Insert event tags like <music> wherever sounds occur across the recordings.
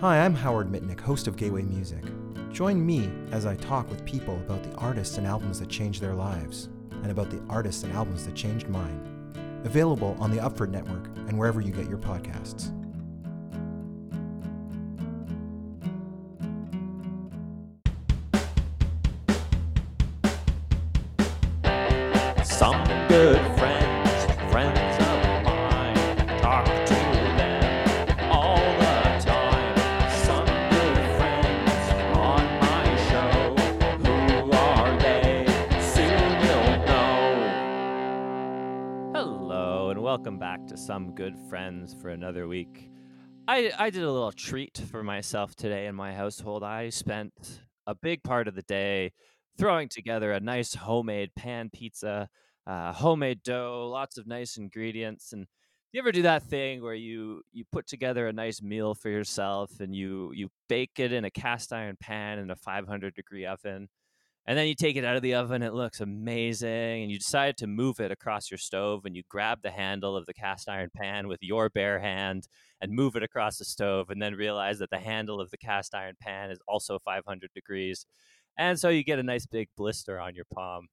Hi, I'm Howard Mitnick, host of Gateway Music. Join me as I talk with people about the artists and albums that changed their lives, and about the artists and albums that changed mine. Available on the Upford Network and wherever you get your podcasts. Some good friends, friends of mine, talk to them all the time. Some good friends on my show. Who are they? Soon you'll know. Hello, and welcome back to Some Good Friends for another week. I, I did a little treat for myself today in my household. I spent a big part of the day throwing together a nice homemade pan pizza, uh, homemade dough, lots of nice ingredients. And you ever do that thing where you you put together a nice meal for yourself and you you bake it in a cast iron pan in a 500 degree oven, and then you take it out of the oven. It looks amazing, and you decide to move it across your stove, and you grab the handle of the cast iron pan with your bare hand and move it across the stove, and then realize that the handle of the cast iron pan is also 500 degrees and so you get a nice big blister on your palm.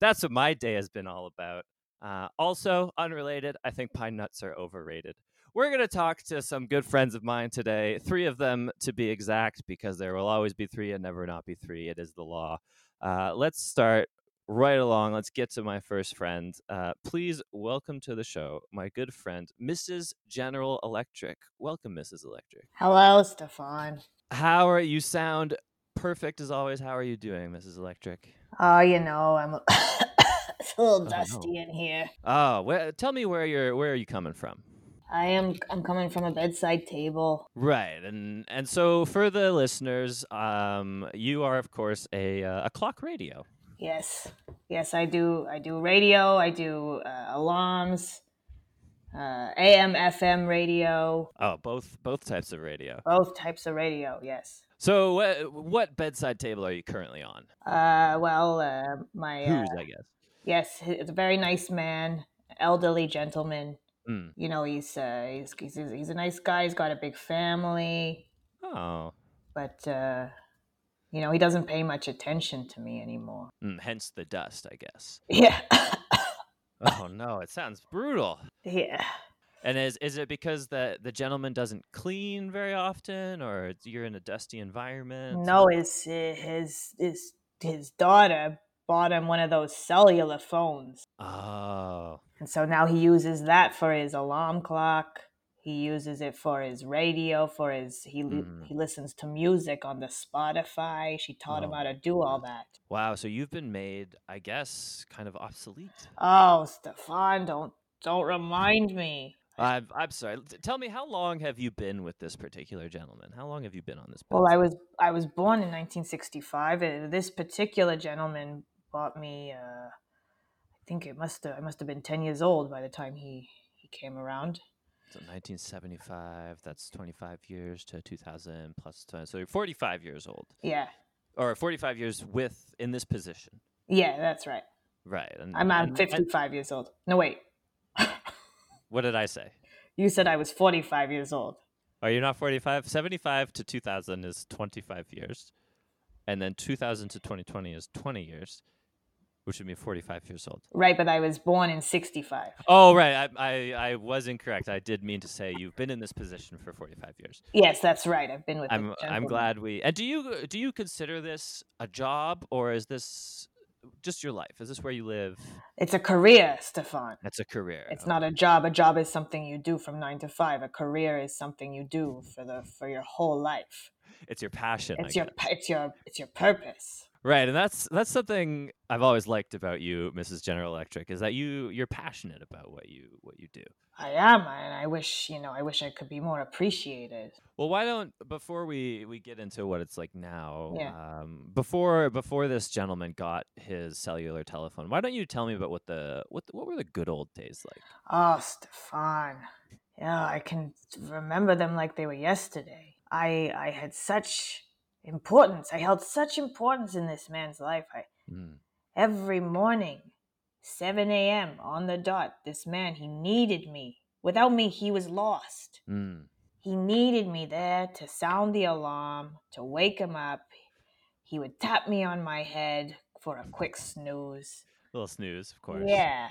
That's what my day has been all about. Uh, also, unrelated, I think pine nuts are overrated. We're going to talk to some good friends of mine today, three of them to be exact, because there will always be three and never not be three. It is the law. Uh, let's start right along. Let's get to my first friend. Uh, please welcome to the show my good friend, Mrs. General Electric. Welcome, Mrs. Electric. Hello, Stefan. How are you? Sound perfect as always. How are you doing, Mrs. Electric? Oh, you know, I'm a, <coughs> it's a little no. dusty in here. Oh, where, tell me where you're. Where are you coming from? I am I'm coming from a bedside table. Right, and and so for the listeners, um, you are of course a uh, a clock radio. Yes. Yes, I do I do radio, I do uh, alarms, uh, AM FM radio, Oh, both both types of radio. both types of radio, yes. So what what bedside table are you currently on? Uh, well, uh, my uh, Whose, I guess. yes, he's a very nice man, elderly gentleman. Mm. You know, he's uh, he's, he's he's a nice guy, he's got a big family. Oh, but uh, you know he doesn't pay much attention to me anymore. <laughs> mm, hence the dust, I guess. Yeah, Oh no, it sounds brutal. yeah. And is is it because the the gentleman doesn't clean very often, or it's- you're in a dusty environment? No, his his his his daughter bought him one of those cellular phones, Oh, and so now he uses that for his alarm clock. He uses it for his radio, for his he li- Mhm. he listens to music on the Spotify. She taught him Oh. how to do all that. wow. So you've been made, I guess, kind of obsolete. Oh, Stefan, don't don't remind me. I'm, I'm sorry. T- Tell me, how long have you been with this particular gentleman? How long have you been on this? Well, I bedside? was I was born in 1965. Uh, This particular gentleman bought me. Uh, I think it must have, I must have been 10 years old by the time he he came around. So 1975. That's 25 years to 2000 plus 20. So you're 45 years old, Yeah, or 45 years with in this position, yeah, that's right. right? And, I'm I'm and- and- 55 years old. No wait, what did I say? you said I was 45 years old. Are you not 45? 75 to 2000 is 25 years, and then 2000 to 2020 is 20 years, which would be 45 years old. Right, but I was born in 65. Oh right, I, I I was incorrect. I did mean to say you've been in this position for 45 years. Yes, that's right. I've been with. the I'm uh, I'm gentleman. glad we. And do you uh, do you consider this a job or is this uh, just your life? Is this where you live? It's a career, Stefan. That's a career. It's not a job. A job is something you do from nine to five. A career is something you do for the for your whole life. It's your passion. I it's your guess. pu- it's your it's your purpose Right, and that's that's something I've always liked about you, Mrs. General Electric, is that you you're passionate about what you what you do. i am and i wish you know i wish i could be more appreciated Well, why don't before we we get into what it's like now, Yeah. um, before before this gentleman got his cellular telephone, why don't you tell me about what the what the, what were the good old days like? oh stefan yeah i can remember them like they were yesterday i i had such importance i held such importance in this man's life I, Mm. every morning 7 a.m on the dot this man he needed me without me he was lost Mm. He needed me there to sound the alarm, to wake him up. He would tap me on my head for a quick snooze. little snooze, of course. Yeah.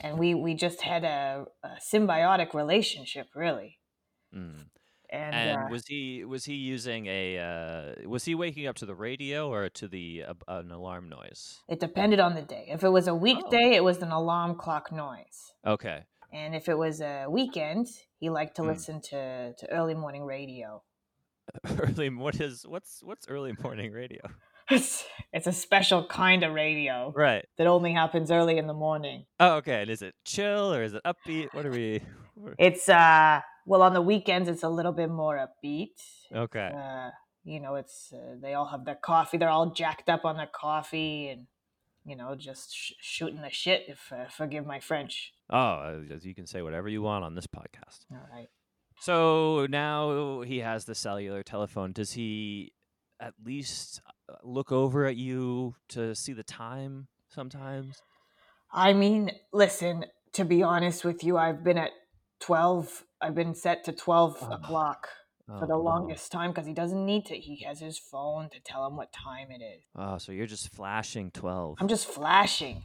And we, we just had a, a symbiotic relationship, really. Mm. And, And uh, was he was he using a uh, was he waking up to the radio or to the uh, an alarm noise? it depended on the day. If it Oh. was a weekday, it was an alarm clock noise. Okay. And if it was a weekend, he liked to Mm. listen to, to early morning radio. <laughs> <laughs> Early m- what is what's what's early morning radio? <laughs> It's, it's a special kind of radio Right. that only happens early in the morning. Oh, okay. And is it chill or is it upbeat? What are we? we're- It's, uh, well, on the weekends, it's a little bit more upbeat. Okay. Uh, you know, it's, uh, they all have their coffee. They're all jacked up on their coffee and, you know, just sh- shooting the shit, if uh, forgive my French. Oh, uh, you can say whatever you want on this podcast. All right. So now he has the cellular telephone. Does he at least uh, look over at you to see the time sometimes? I mean, listen, to be honest with you, I've been at 12. I've been set to 12 Ugh. o'clock for Oh, the no. longest time because he doesn't need to. He has his phone to tell him what time it is. Oh, so you're just flashing 12. I'm just flashing.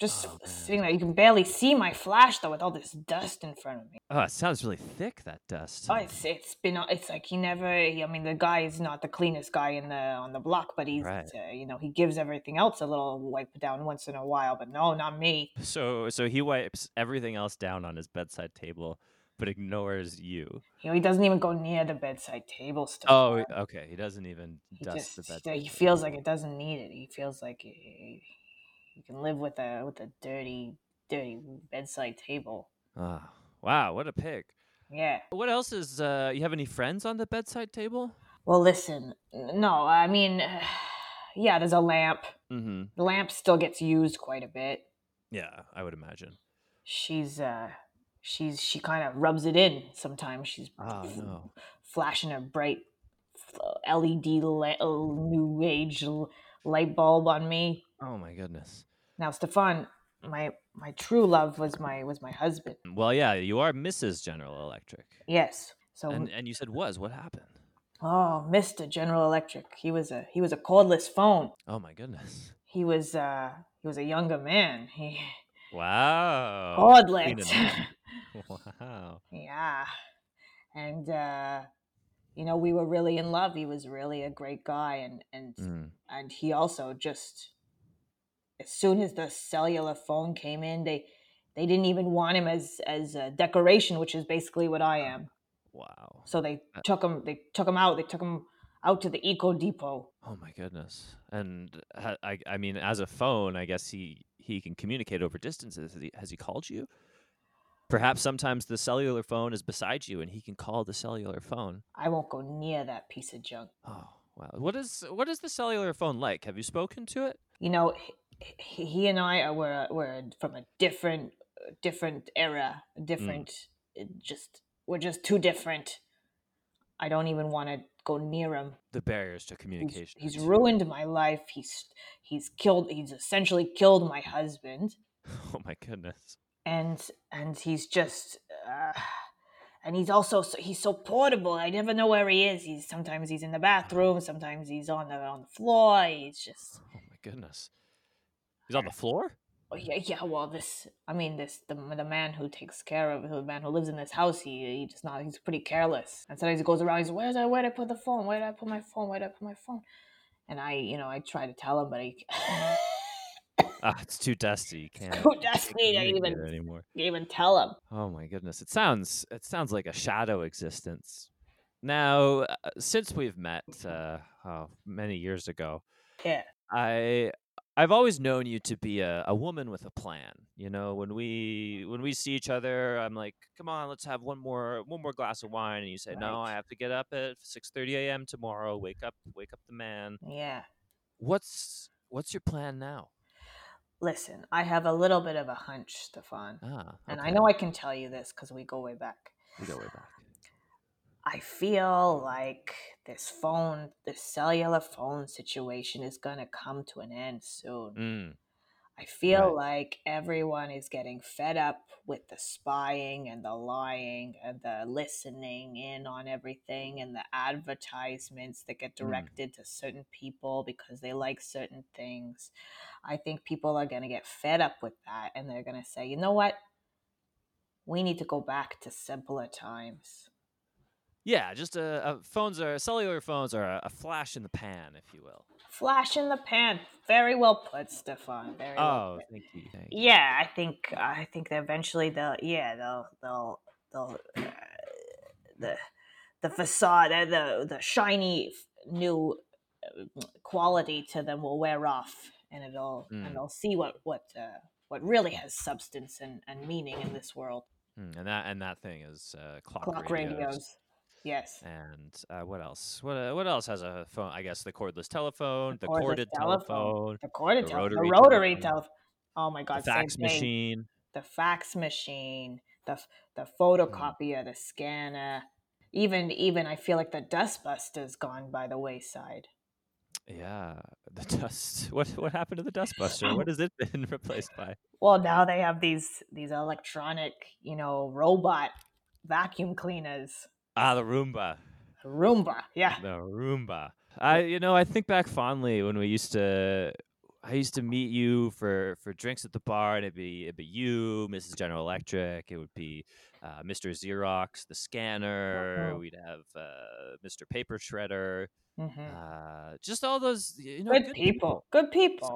Just Oh, man. sitting there. You can barely see my flash though with all this dust in front of me. Oh, it sounds really thick, that dust. Oh, it's it's been it's like he never. I mean, the guy is not the cleanest guy in the on the block, but he's Right. uh, you know he gives everything else a little wipe down once in a while. But no, not me. So, so he wipes everything else down on his bedside table, but ignores you. You know, he doesn't even go near the bedside table. Still. Oh, okay. He doesn't even he dust just the yeah, bedside. he feels like it doesn't need it. He feels like he- he, he can live with a with a dirty, dirty bedside table. Oh, wow, what a pig. Yeah. What else is? Uh, you have any friends on the bedside table? Well, listen. n- No, I mean, <sighs> yeah. There's a lamp. Mm-hmm. The lamp still gets used quite a bit. Yeah, I would imagine. She's uh, she's she kind of rubs it in sometimes. She's <laughs> Oh f- no. flashing a bright f- E LED la- uh, new age l- light bulb on me. Oh my goodness. Now, Stefan, my my true love was my was my husband. Well, yeah, you are Mrs. General Electric, Yes. So, and and you said was. What happened? oh, Mister General Electric, he was a he was a cordless phone. Oh my goodness. He was uh he was a younger man. He Wow. Queen cordless. of <laughs> the- wow. yeah, and uh, you know we were really in love. He was really a great guy, and and Mm. and he also just as soon as the cellular phone came in, they they didn't even want him as as a decoration, which is basically what I am. Wow. So they Uh, took him. They took him out. They took him out to the Eco Depot. Oh my goodness. And ha- I I mean, as a phone, I guess he he can communicate over distances. Has he, has he called you? Perhaps sometimes the cellular phone is beside you, and he can call the cellular phone. I won't go near that piece of junk. Oh wow. What is what is the cellular phone like? Have you spoken to it? You know, he, he he and I are were were from a different different era, different. it Just we're just too different. I don't even want to go near him. The barriers to He's- communication. He's, are too- ruined my life. He's he's killed. He's essentially killed my husband, <laughs> Oh my goodness. and and he's just. Uh, and he's also so, he's so portable. I never know where he is. He's sometimes he's in the bathroom, sometimes he's on the on the floor. He's just Oh my goodness. He's on the floor? oh, yeah, yeah. Well, this I mean this the the man who takes care of the man who lives in this house. He he just not he's pretty careless. And sometimes he goes around. He's where's I where'd I put the phone? Where'd I put my phone? Where'd I put my phone? And I you know I try to tell him, but he <laughs> Ah, it's too dusty. You can't too dusty to communicate even- anymore. can't even tell him. Oh my goodness. It sounds it sounds like a shadow existence. Now, uh, since we've met uh, oh, many years ago, Yeah. I I've always known you to be a, a woman with a plan. You know, when we when we see each other, I'm like, come on, let's have one more one more glass of wine, and you say, no, I Right. have to get up at 6:30 a.m. tomorrow. Wake up, wake up the man. Yeah. What's what's your plan now? Listen, I have a little bit of a hunch, Stefan, Ah, and I okay. know I can tell you this because we go way back. We go way back. I feel like this phone, this cellular phone situation is going to come to an end soon. Mm. I feel Right. like everyone is getting fed up with the spying and the lying and the listening in on everything and the advertisements that get Mm. directed to certain people because they like certain things. I think people are going to get fed up with that and they're going to say, you know what? We need to go back to simpler times. Yeah, just uh uh phones are cellular phones are a, a flash in the pan, if you will. Flash in the pan. Very well put, Stefan. Very Oh, well put. thank you. Thank you. yeah i think i think that eventually they'll yeah they'll they'll they'll uh, the the facade uh, the the shiny f- new uh, quality to them will wear off and it'll Mm. and they'll see what what uh, what really has substance and, and meaning in this world Mm, And that and that thing is uh, clock, clock radios. radios, yes And uh, what else? What uh, what else has a phone? I guess the cordless telephone, the cordless corded telephone, telephone, the corded The telephone the rotary rotary telephone, telephone oh my the god same fax thing. machine. the fax machine, the f- the photocopier, the scanner, even even I feel like the dustbuster's gone by the wayside. Yeah, the dust. <laughs> What what happened to the dustbuster? <laughs> What has it been <laughs> replaced by? Well, now they have these these electronic, you know, robot vacuum cleaners, Ah, the Roomba. Roomba. Yeah, The Roomba. I you know I think back fondly when we used to. I used to meet you for, for drinks at the bar, and it'd be it'd be you, Mrs. General Electric. It would be uh, Mr. Xerox, the scanner. Mhm. We'd have uh, Mr. Paper Shredder. hmm Uh, just all those you know good, people. good people.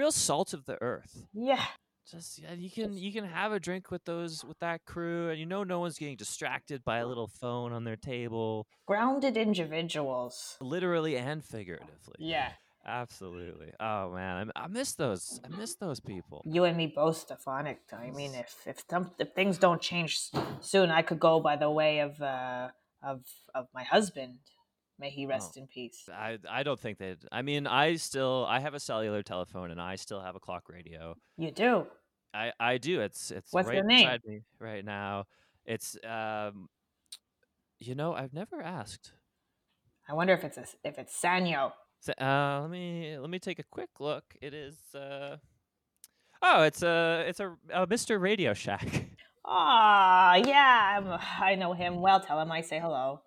real salt of the earth. Yeah, Just yeah, you can you can have a drink with those with that crew, and you know no one's getting distracted by a little phone on their table, grounded individuals. literally and figuratively. Yeah, Absolutely. Oh man, I, I miss those. I miss those people. you and me both, Stefanik. I mean, if if, some, if things don't change s- soon, I could go by the way of uh, of of my husband. May he rest Oh. in peace. I I don't think they. I mean, I still I have a cellular telephone and I still have a clock radio. You do. I I do. It's it's What's right the name? beside me right now. It's um, you know, I've never asked. I wonder if it's a, if it's Sanyo. So, uh, let me let me take a quick look. It is uh oh, it's a it's a, a Mr. Radio Shack. <laughs> Ah, yeah, I'm, I know Mm. him well. Tell him I say hello.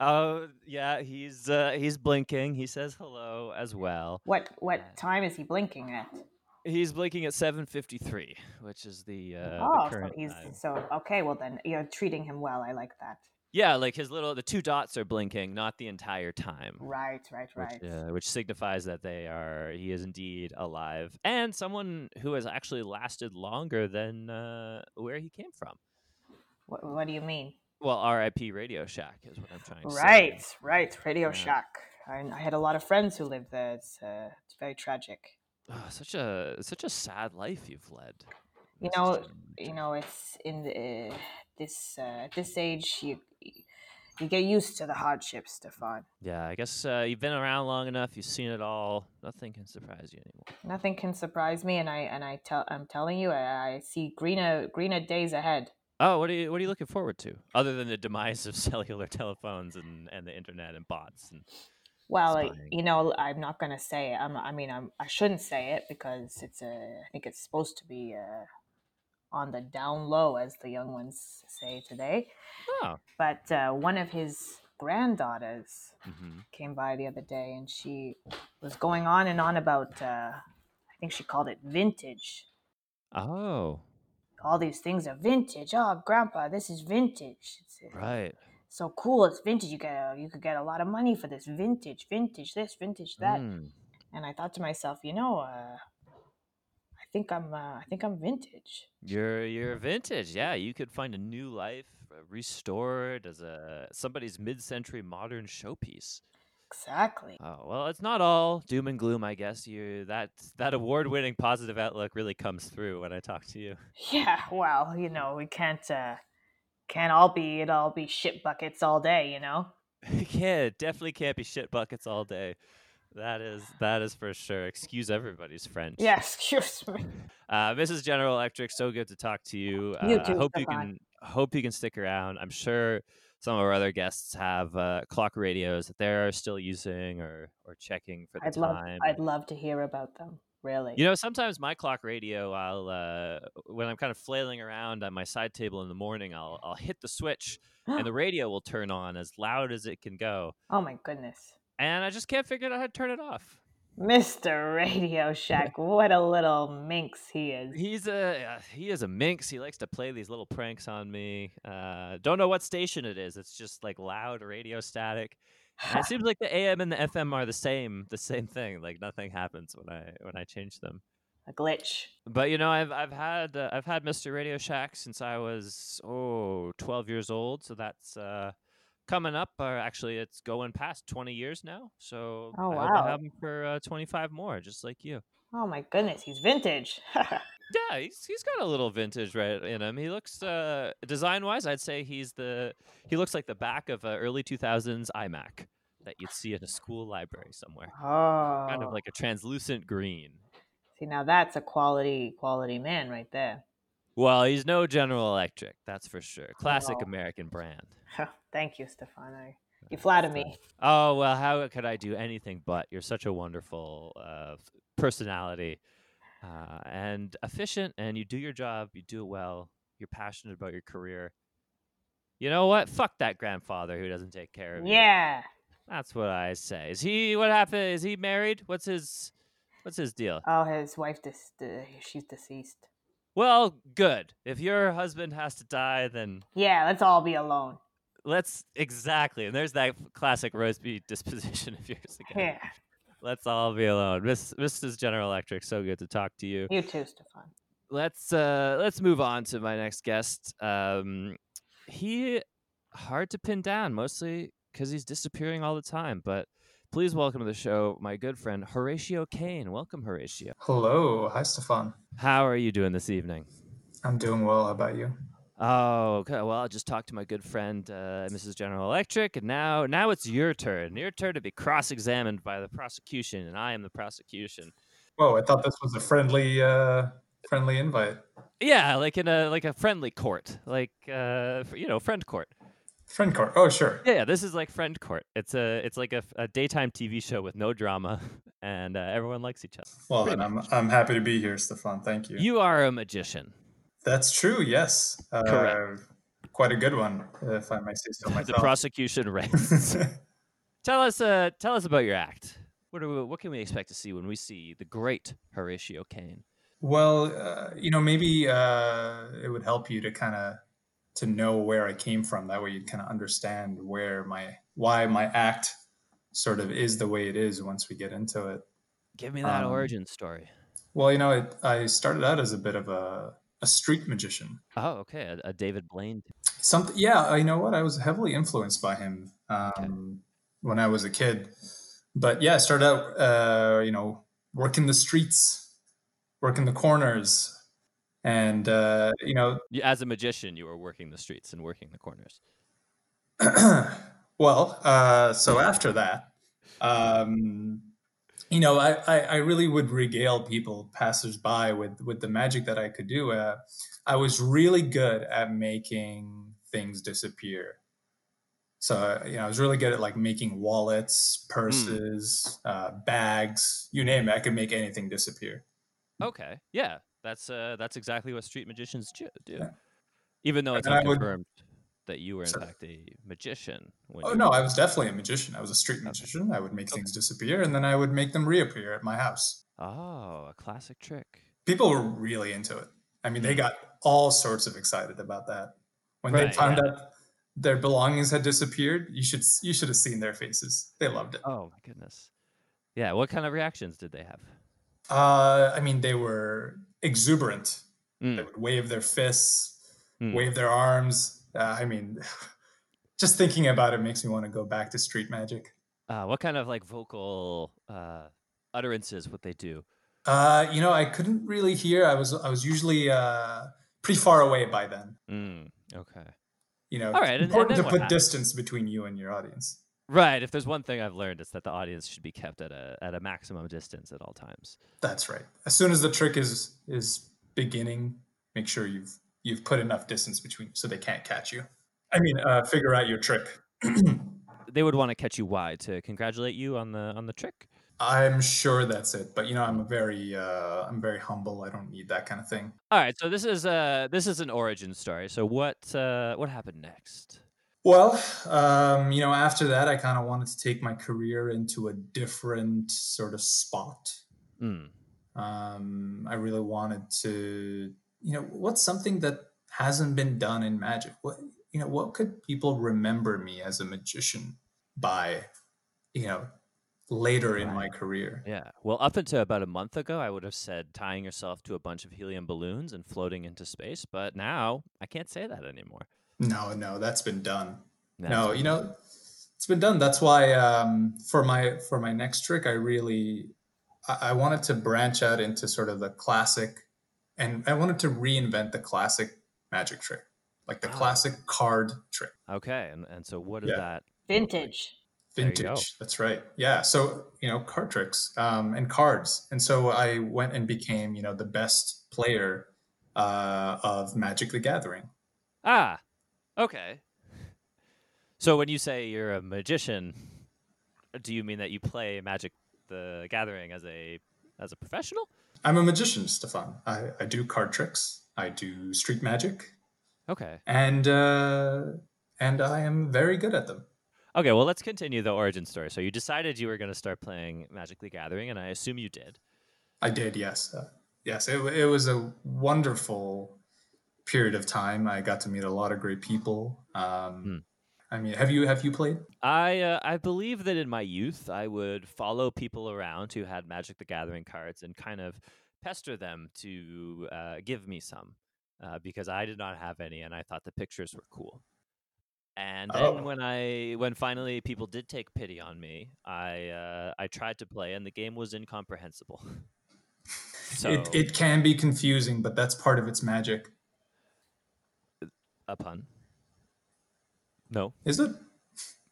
Oh yeah, he's uh, he's blinking. He says hello as well. What what Yeah. Uh, time is he blinking at? He's blinking at 7:53, which is the uh, oh, the so current he's time. so okay. Well, then you're treating him well. I like that. Yeah, like his little the two dots are blinking, not the entire time. Right, right, right. Which, uh, which signifies that they are he is indeed alive and someone who has actually lasted longer than uh, where he came from. What, what do you mean? Well, R.I.P. Radio Shack is what I'm trying to say. Right, right. Radio Yeah. Shack. I, I had a lot of friends who lived there. It's uh, it's very tragic. Ah, such a such a sad life you've led. You Mrs. know, General you Electric. know it's in the, uh, this uh, at this age you you get used to the hardships, Stefan. Yeah, I guess uh, you've been around long enough. You've seen it all. Nothing can surprise you anymore. Nothing can surprise me, and I and I tell I'm telling you, I, I see greener greener days ahead. Oh, what are you what are you looking forward to other than the demise of <laughs> cellular telephones and, and the internet and bots? And Well, I- Spying. you know, I'm not gonna say it. I'm, I mean, I'm I shouldn't say it because it's a. I think it's supposed to be uh on the down low, as the young ones say today. oh, But uh, one of his granddaughters hmm came by the other day, and she was going on and on about. Uh, I think she called it vintage. oh, All these things are vintage. Oh, Grandpa, this is vintage. It's- uh, right. so cool it's vintage you get a, you could get a lot of money for this vintage vintage this vintage that Mm. and i thought to myself you know uh, i think i'm uh, i think i'm vintage You're you're vintage. Yeah, you could find a new life uh, restored as a somebody's mid-century modern showpiece. exactly Oh well, it's not all doom and gloom, I guess. You that that award-winning positive outlook really comes through when I talk to you. <laughs> yeah well you know we can't uh can't all be it all be shit buckets all day you know yeah, it definitely can't be shit buckets all day. That is that is for sure. Excuse everybody's French. yeah <laughs> excuse me Uh, Mrs. General Electric, so good to talk to you. Uh, You I too, hope you Stefan. can hope you can stick around. I'm sure some of our other guests have uh, clock radios that they're still using or or checking for the i'd love time. i'd love to hear about them Really? You know, sometimes my clock radio, I'll uh, when I'm kind of flailing around on my side table in the morning, I'll I'll hit the switch <gasps> and the radio will turn on as loud as it can go, oh my goodness. and I just can't figure out how to turn it off. <laughs> Mr. Radio Shack, what a little minx he is. He's a uh, he is a minx. He likes to play these little pranks on me. Uh, don't know what station it is. It's just like loud radio static. And it seems like the AM and the FM are the same, the same thing. Like nothing happens when I when I change them. a glitch. But you know, I've I've had uh, I've had Mr. Radio Shack since I was oh 12 years old, so that's uh coming up or actually it's going past 20 years now. So Oh, I hope wow. I have him for uh, 25 more just like you. Oh my goodness, he's vintage. <laughs> Yeah, he's he's got a little vintage right in him. He looks uh design-wise, I'd say he's the he looks like the back of a early 2000s iMac that you'd see in a school library somewhere. oh, Kind of like a translucent green. see now that's a quality quality man right there. <laughs> Well, he's no General Electric, that's for sure. Classic Oh. American brand. Thank you, Stefan. I, you flatter me. Oh well, how could I do anything but? You're such a wonderful uh, f- personality, uh, and efficient, and you do your job. You do it well. You're passionate about your career. You know what? Fuck that grandfather who doesn't take care of you. Yeah. that's what I say. Is he? What happened? Is he married? What's his? What's his deal? Oh, his wife dis- de- she's deceased. well, good. If your husband has to die, then Yeah, let's all be alone. let's exactly. And there's that classic Roseby <laughs> disposition of yours again. Yeah. Let's all be alone. Miss Mrs. General Electric, so good to talk to you. You too, Stefan. Let's uh let's move on to my next guest. Um he hard to pin down mostly cuz he's disappearing all the time, but please welcome to the show my good friend Horatio Kane. Welcome Horatio. Hello. Hi, Stefan. How are you doing this evening? I'm doing well. How about you? Oh, okay. Well, I just talked to my good friend, uh, Mrs. General Electric, and now now it's your turn. Your turn to be cross-examined by the prosecution, and I am the prosecution. Whoa, Oh, I thought this was a friendly uh friendly invite. Yeah, like in a like a friendly court, like uh, f- you know, friend court. Friend court. Oh, sure. Yeah, yeah, this is like friend court. It's a it's like a, f- a daytime TV show with no drama, <laughs> and uh, everyone likes each other. Well, then I'm I'm happy to be here, Stefan. Thank you. You are a magician. That's true. Yes. Uh, Correct. Quite a good one, if I may say so The myself. prosecution <laughs> rests. tell us, uh, tell us about your act. What are we, what can we expect to see when we see the great Horatio Kane? Well, uh, you know, maybe uh, it would help you to kind of to know where I came from. That way, you'd kind of understand where my why my act sort of is the way it is once we get into it. Give me that Um, origin story. Well, you know, it, I started out as a bit of a a street magician. Oh, okay, a, a David Blaine. Something, yeah. uh, You know what? I was heavily influenced by him um, Okay. when I was a kid. But yeah, I started out, uh, you know, working the streets, working the corners, and uh, you know, You- As a magician, you were working the streets and working the corners. <clears throat> well, uh, so after that, um, you know, I, I, I really would regale people, passersby, with with the magic that I could do. Uh, I was really good at making things disappear. So you know, I was really good at like making wallets, purses, uh, bags, you name it. I could make anything disappear. Okay, yeah, that's uh, that's exactly what street magicians ju- do. Even though it's And I would- unconfirmed that you were in Sorry. fact a magician. When Oh you no, were- I was definitely a magician. I was a street magician. I would make things disappear, and then I would make them reappear at my house. oh, a classic trick. people were really into it. I mean, they got all sorts of excited about that when they Mm. Right, found yeah. out their belongings had disappeared. You should you should have seen their faces. They loved it. Oh my goodness. Yeah, what kind of reactions did they have? Uh, I mean, they were exuberant. They Mm, would wave their fists, Mm. wave their arms. Uh, I mean, <sighs> just thinking about it makes me want to go back to street magic. Uh, what kind of like vocal uh, utterances would they do? Uh, you know, I couldn't really hear. I was I was usually uh, pretty far away by then. Mm, okay. You know, All right, and- and it's important then what to put happened? distance between you and your audience. Right. If there's one thing I've learned, it's that the audience should be kept at a at a maximum distance at all times. That's right. As soon as the trick is is beginning, make sure you've you've put enough distance between so they can't catch you. I mean, uh, figure out your trick. <clears throat> They would want to catch you wide to congratulate you on the on the trick. I'm sure that's it. But you know, I'm a very uh, I'm very humble. I don't need that kind of thing. All right, so this is uh this is an origin story. So what uh what happened next? Well, um, you know, after that, I kind of wanted to take my career into a different sort of spot. Mm. Um, I really wanted to, you know, what's something that hasn't been done in magic? What you know, what could people remember me as a magician by, you know, later in my career? Yeah. Well, up until about a month ago, I would have said tying yourself to a bunch of helium balloons and floating into space, but now I can't say that anymore. No, no, that's been done. That's no, you know, it's been done. That's why um, for my for my next trick, I really I, I wanted to branch out into sort of the classic, and I wanted to reinvent the classic magic trick, like the Ah. classic card trick, Okay, and, and so what did Yeah. that? Vintage. There you go. vintage. That's right. Yeah. So you know, card tricks um, and cards, and so I went and became you know the best player uh, of Magic the Gathering. Ah, okay. So when you say you're a magician, do you mean that you play Magic the Gathering as a as a professional? I'm a magician, Stefan. I, I do card tricks. I do street magic, Okay. and uh, and I am very good at them. Okay, well, let's continue the origin story. So you decided you were going to start playing Magic the Gathering, and I assume you did. I did, yes, uh, yes. It, wa- it was a wonderful period of time. I got to meet a lot of great people. Hmm. Um, I mean, have you have you played? I uh, I believe that in my youth, I would follow people around who had Magic the Gathering cards and kind of pester them to uh, give me some uh, because I did not have any, and I thought the pictures were cool. And then Oh. when I when finally people did take pity on me, I uh, I tried to play, and the game was incomprehensible. <laughs> so It it can be confusing, but that's part of its magic, a pun. No. is it?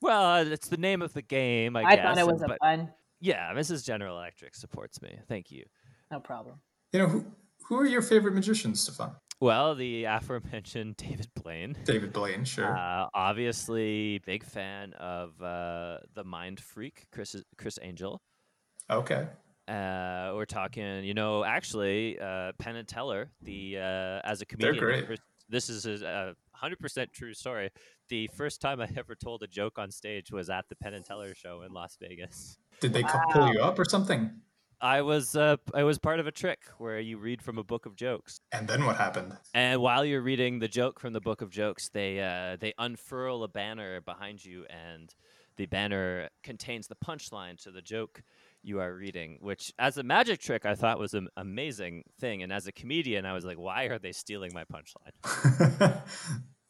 Well, it's the name of the game, I, I, guess. thought it and- was a but- fun. yeah, Mrs. General Electric supports me. Thank you. No problem. You know who who are your favorite magicians, Stefan? Well, the aforementioned David Blaine. David Blaine, sure. Uh, obviously, big fan of uh, the Mind Freak, Chris Chris Angel. okay. Uh, we're talking, you know, actually, uh, Penn and Teller, the uh, as a comedian. the great. first- this is a hundred percent true story. The first time I ever told a joke on stage was at the Penn and Teller show in Las Vegas. Did they cu- pull you up or something? I was uh, I was part of a trick where you read from a book of jokes. And then what happened? <laughs> And while you're reading the joke from the book of jokes, they uh, they unfurl a banner behind you, and the banner contains the punchline to the joke you are reading. Which, as a magic trick, I thought was an amazing thing, and as a comedian, I was like, "Why are they stealing my punchline?"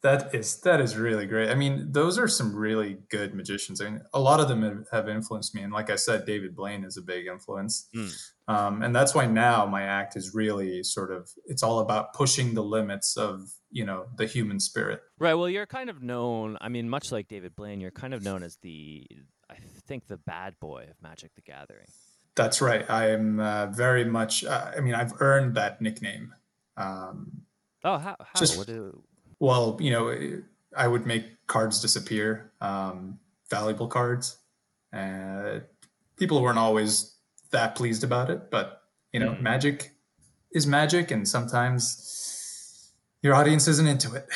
that is that is really great. I mean, those are some really good magicians. I mean, a lot of them have, have influenced me, and like I said, David Blaine is a big influence, Mm. um, and that's why now my act is really sort of it's all about pushing the limits of you know the human spirit. Right. Well, you're kind of known. I mean, much like David Blaine, you're kind of known as the, I think, the bad boy of Magic the Gathering. That's right. I am uh, very much. Uh, I mean, I've earned that nickname. Um, Oh, how? how? Just- What do- well, you know, I would make cards disappear, um, valuable cards. Uh, people weren't always that pleased about it, but you know, Mhm. magic is magic, and sometimes your audience isn't into it.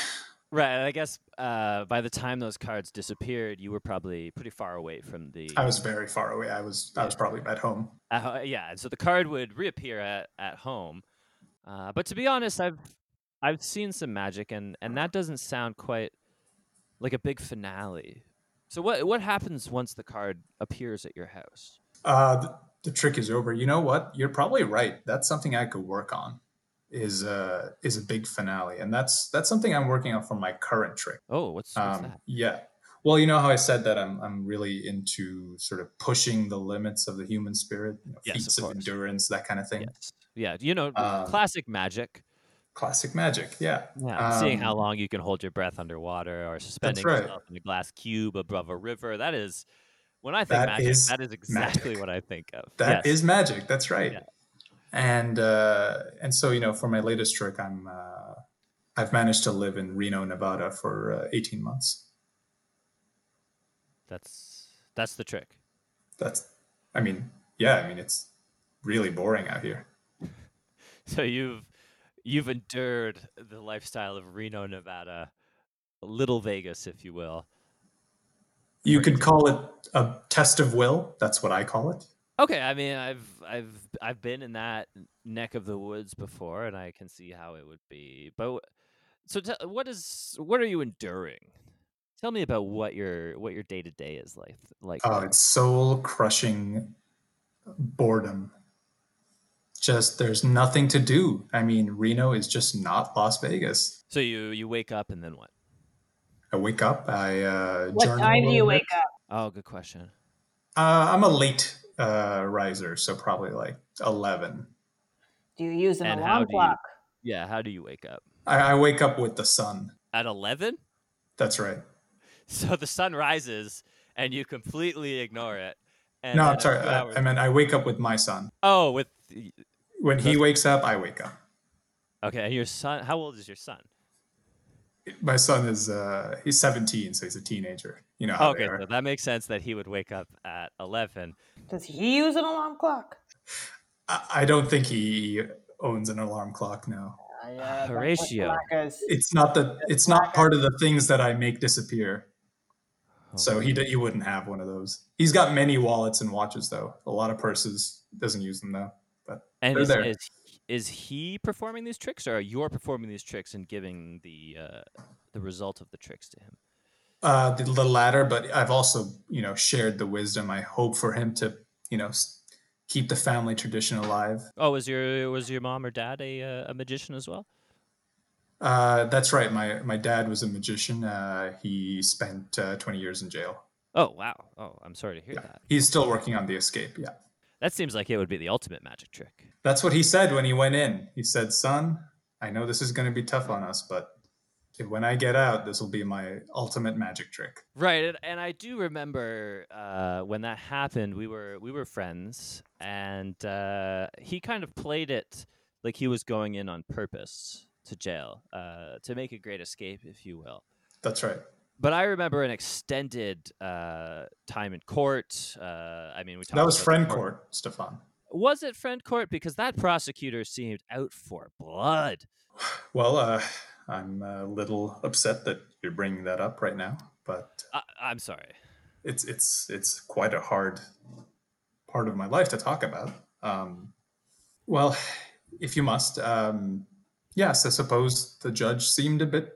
Right, and I guess uh, by the time those cards disappeared, you were probably pretty far away from the. I was very far away. I was I was probably at home. Uh, yeah, and so the card would reappear at, at home. Uh, but to be honest, I've I've seen some magic, and and that doesn't sound quite like a big finale. So what what happens once the card appears at your house? Uh, the, the trick is over. You know what? You're probably right. That's something I could work on. Is a is a big finale, and that's that's something I'm working on for my current trick. Oh, what's, what's Um, that? yeah. Well, you know how I said that I'm I'm really into sort of pushing the limits of the human spirit, you know, Yes, of feats of, course. endurance, that kind of thing. Yes, yeah, you know, um, classic magic. Classic magic. Yeah. Yeah, seeing how Um, long you can hold your breath underwater, or suspending right. yourself in a glass cube above a river. That is, when I think That magic, is that is exactly magic. what I think of. That Yes. is magic. That's right. Yeah. And uh, and so you know, for my latest trick, I'm uh, I've managed to live in Reno, Nevada for uh, 18 months. that's that's the trick. That's, I mean, yeah, I mean, it's really boring out here. <laughs> So you've you've endured the lifestyle of Reno, Nevada, Little Vegas, if you will. You could call it a test of will. That's what I call it. Okay, I mean, I've I've I've been in that neck of the woods before, and I can see how it would be. But wh- so, tell what is what are you enduring? Tell me about what your what your day to day is like. Like, Oh, there. it's soul crushing boredom. Just there's nothing to do. I mean, Reno is just not Las Vegas. so you you wake up and then what? I wake up. I uh, What journal time a do you little wake bit. up? Oh, good question. Uh, I'm a late uh, riser, so probably like eleven. Do you use an And how alarm do you- clock? Yeah, how do you wake up I, I wake up with the sun. at eleven? <laughs> That's right. So the sun rises and you completely ignore it. And no, then I'm a sorry. few I, hours- I meant I wake up with my son. oh, with the- When he wakes up, I wake up. okay. And your son? How old is your son? My son is uh, he's 17, so he's a teenager. You know how they Okay, are. so that makes sense that he would wake up at eleven. Does he use an alarm clock? I, I don't think he owns an alarm clock now. Uh, yeah, that's what Horatio. slackers- It's not the it's not part of the things that I make disappear. So he d- he wouldn't have one of those. He's got many wallets and watches though. A lot of purses. Doesn't use them though. And They're is, there. is is he performing these tricks, or you're performing these tricks and giving the uh, the result of the tricks to him? Uh, the, the latter, but I've also, you know, shared the wisdom. I hope for him to, you know, s- keep the family tradition alive. Oh, was your was your mom or dad a uh, a magician as well? Uh, that's right. My my dad was a magician. Uh, he spent uh, 20 years in jail. Oh wow! Oh, I'm sorry to hear that. He's still working on the escape. Yeah, That seems like it would be the ultimate magic trick. that's what he said when he went in. He said, "Son, I know this is going to be tough on us, but when I get out, this will be my ultimate magic trick." Right, and, and I do remember uh, when that happened. We were we were friends, and uh, he kind of played it like he was going in on purpose to jail uh, to make a great escape, if you will. That's right. But I remember an extended uh, time in court. Uh, I mean, we talked That was about the friend court, Stefan. Was it friend court? Because that prosecutor seemed out for blood. Well, uh, I'm a little upset that you're bringing that up right now, but I, I'm sorry. it's it's it's quite a hard part of my life to talk about. Um, well, if you must, um, yes, I suppose the judge seemed a bit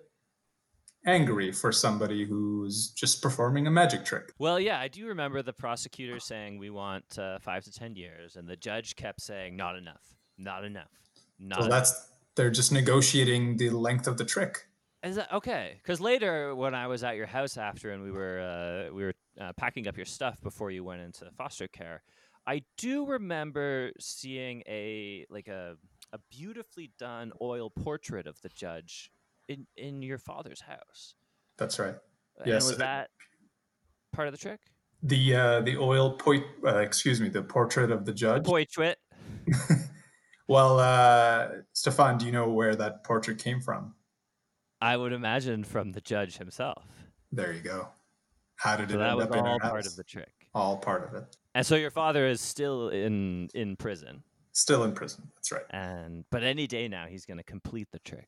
angry for somebody who's just performing a magic trick. Well, yeah, I do remember the prosecutor saying we want uh, five to ten years, and the judge kept saying not enough, not enough, not. So enough. that's they're just negotiating the length of the trick. Is that okay? Because later, when I was at your house after, and we were uh, we were uh, packing up your stuff before you went into foster care, I do remember seeing a like a a beautifully done oil portrait of the judge in in your father's house. That's right. and Yes, was I- that part of the trick? The uh, the oil point, uh, excuse me, the portrait of the The judge. portrait. Well, uh, Stefan, do you know where that portrait came from? I would imagine from the judge himself. There you go. How did it So that end was up in our all house? part of the trick. all part of it. And so your father is still in in prison, Still in prison. That's right. and but any day now he's going to complete the trick.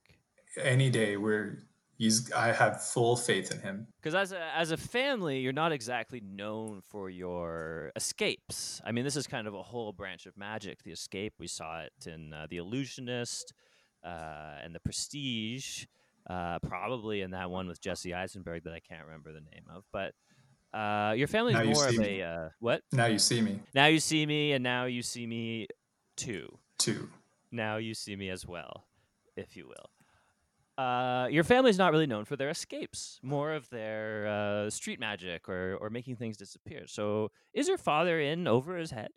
Any day where he's, I have full faith in him. Because as a, as a family, you're not exactly known for your escapes. I mean, this is kind of a whole branch of magic. The escape we saw it in uh, the Illusionist uh, and the Prestige, uh, probably in that one with Jesse Eisenberg that I can't remember the name of. But uh, your family's Now You more of See Me. a uh, what? Now you see me Now you see me, and now you see me too too. now you see me as well, if you will. Uh, your family's not really known for their escapes, more of their uh, street magic or, or making things disappear. So is your father in over his head?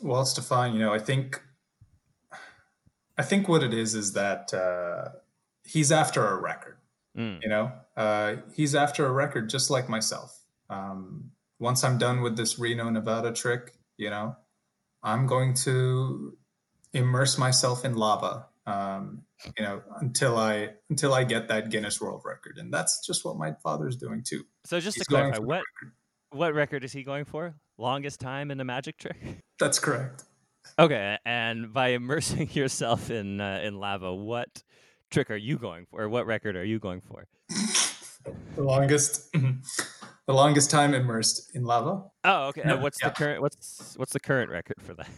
Well, Stefan, you know, I think, I think what it is is that uh, he's after a record. Mm. You know, uh, he's after a record just like myself. Um, once I'm done with this Reno, Nevada trick, you know, I'm going to immerse myself in lava. Um, you know, until I until I get that Guinness World Record, and that's just what my father's doing too. So just He's to going clarify, for the <laughs> what what record is he going for? Longest time in a magic trick? <laughs> That's correct. Okay, and by immersing <laughs> yourself in uh, in lava, what trick are you going for? Or what record are you going for? The longest, <laughs> the longest time immersed in lava, Oh, okay. No, and what's yeah. the current what's what's the current record for that?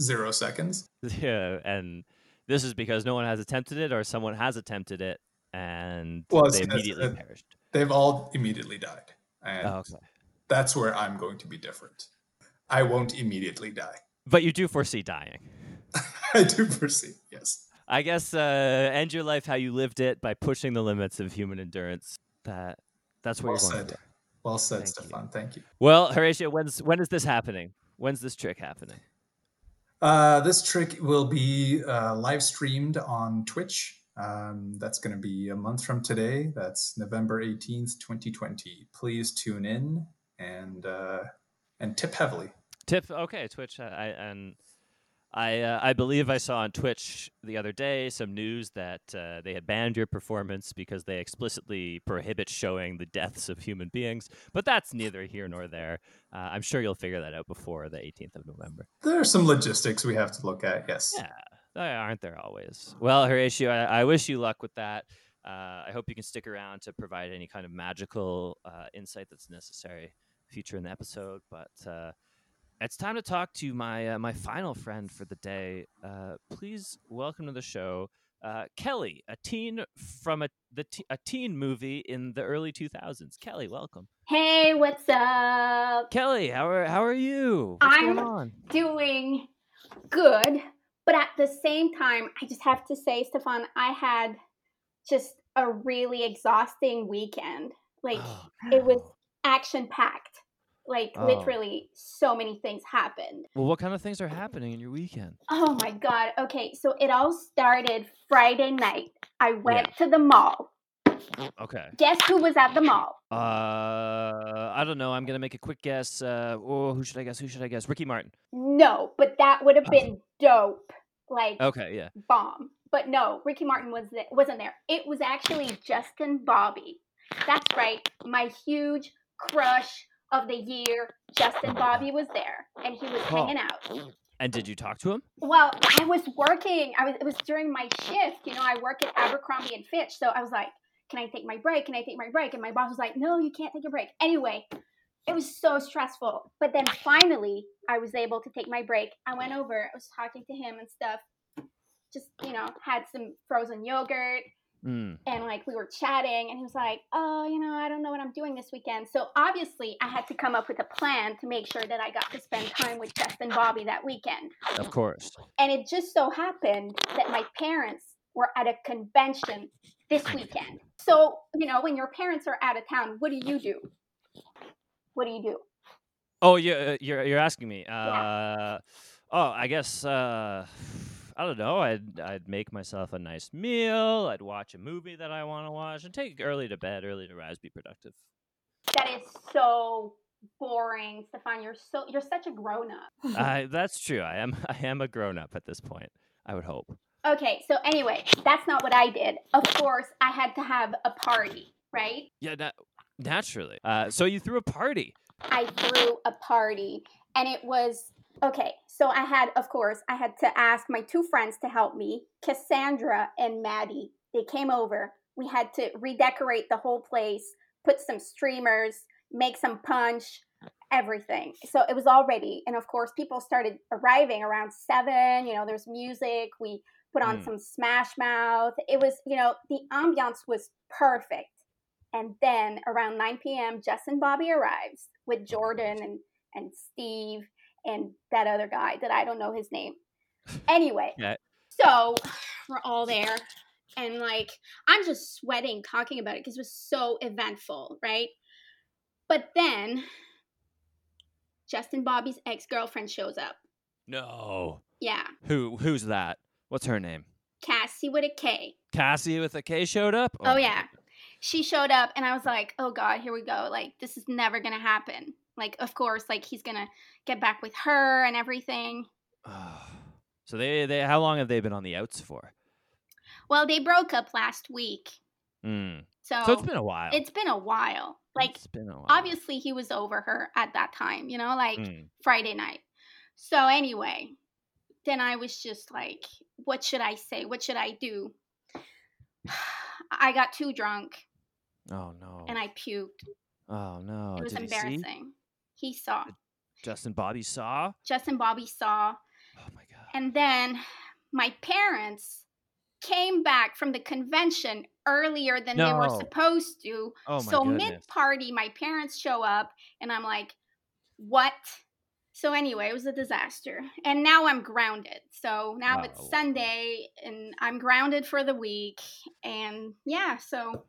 zero seconds. <laughs> yeah, and this is because no one has attempted it, or someone has attempted it and Well, it's- they it's- immediately it- perished. They've all immediately died, and Oh, okay. that's where I'm going to be different. I won't immediately die. But you do foresee dying. <laughs> I do foresee. Yes, I guess uh, end your life how you lived it by pushing the limits of human endurance. That that's what well you're going said. for. Well said, Thank you. Stefan. Thank you. Well, Horatio, when's when is this happening? When's this trick happening? Uh, this trick will be uh, live streamed on Twitch. Um, that's going to be a month from today. That's November 18th, 2020. Please tune in and uh, and tip heavily. Tip. Okay, Twitch. I, I and I uh, I believe I saw on Twitch the other day some news that uh, they had banned your performance because they explicitly prohibit showing the deaths of human beings. But that's neither here nor there. Uh, I'm sure you'll figure that out before the 18th of November. There are some logistics we have to look at. Yes. Oh, Yeah, they aren't there always. Well, Horatio, I, I wish you luck with that. Uh, I hope you can stick around to provide any kind of magical uh, insight that's necessary future in the episode. But uh, it's time to talk to my uh, my final friend for the day. Uh, please welcome to the show. Uh, Kelly, a teen from a the te- a teen movie in the early 2000s. Kelly, welcome. Hey, what's up? Kelly, how are how are you? What's going I'm- on? Doing good. But at the same time, I just have to say, Stefan, I had just a really exhausting weekend. <gasps> Like, it was action packed. Like, Ah. Oh. literally, so many things happened. Well, what kind of things are happening in your weekend? Oh my God. Okay, so it all started Friday night. I went to the mall. Okay. Guess who was at the mall? Uh, I don't know. I'm gonna make a quick guess. Uh, oh, who should I guess? Who should I guess? Ricky Martin. No, but that would have Oh. been dope. Like, Okay, yeah. bomb. But no, Ricky Martin was th- wasn't there. It was actually Justin Bobby. That's right, my huge crush of the year, Justin Bobby was there, and he was Huh. hanging out. And did you talk to him? Well, I was working. I was it was during my shift. You know, I work at Abercrombie and Fitch, so I was like, "Can I take my break? Can I take my break?" And my boss was like, "No, you can't take a break." Anyway, it was so stressful. But then finally, I was able to take my break. I went over. I was talking to him and stuff. Just you know, had some frozen yogurt Mm. and like we were chatting and he was like oh you know i don't know what i'm doing this weekend so obviously i had to come up with a plan to make sure that i got to spend time with justin bobby that weekend Of course. and it just so happened that my parents were at a convention this weekend so you know when your parents are out of town what do you do what do you do Oh, yeah. You're you're asking me. Uh, Yeah. oh, I guess. Uh, I don't know. I'd I'd make myself a nice meal. I'd watch a movie that I want to watch, and take early to bed, early to rise, be <laughs> productive. that is so boring stefan you're so you're such a grown-up I that's true. I am <laughs> I am a grown up at this point. I would hope. okay so anyway that's not what i did of course i had to have a party right Yeah. Na- naturally. Uh, so you threw a party. I threw a party and it was okay. So I had, of course, I had to ask my two friends to help me, Cassandra and Maddie. They came over. We had to redecorate the whole place, put some streamers, make some punch, everything. So it was all ready. And of course, people started arriving around seven. You know, there's music. We put on Mm. some Smash Mouth. It was, you know, the ambiance was perfect. And then around 9 p.m., Justin Bobby arrives Oh, with Jordan and, and Steve and that other guy that I don't know his name. Anyway, <laughs> Yeah. so we're all there. And like, I'm just sweating talking about it because it was so eventful, right? But then Justin Bobby's ex girlfriend shows up. No. Yeah, Who who's that? What's her name? Cassie with a K. Cassie with a K showed up. Oh, my yeah. She showed up and I was like, "Oh god, here we go. Like this is never going to happen." Like of course, like he's going to get back with her and everything. God. <sighs> so they they how long have they been on the outs for? Well, they broke up last week. Mm. So, So it's been a while. Oh, it's been a while. Like it's been a while. obviously he was over her at that time, you know, like Mm. Friday night. So anyway, then I was just like, what should I say? What should I do? I got too drunk Oh no. and I puked. Oh no. It was Did he see? embarrassing. He saw. Justin Bobby saw. Justin Bobby saw. Oh my god. And then my parents came back from the convention earlier than they were No. supposed to. oh my so goodness. mid party, my parents show up and I'm like, what? So anyway, it was a disaster. And now I'm grounded. So now Wow. it's Sunday and I'm grounded for the week. And yeah, so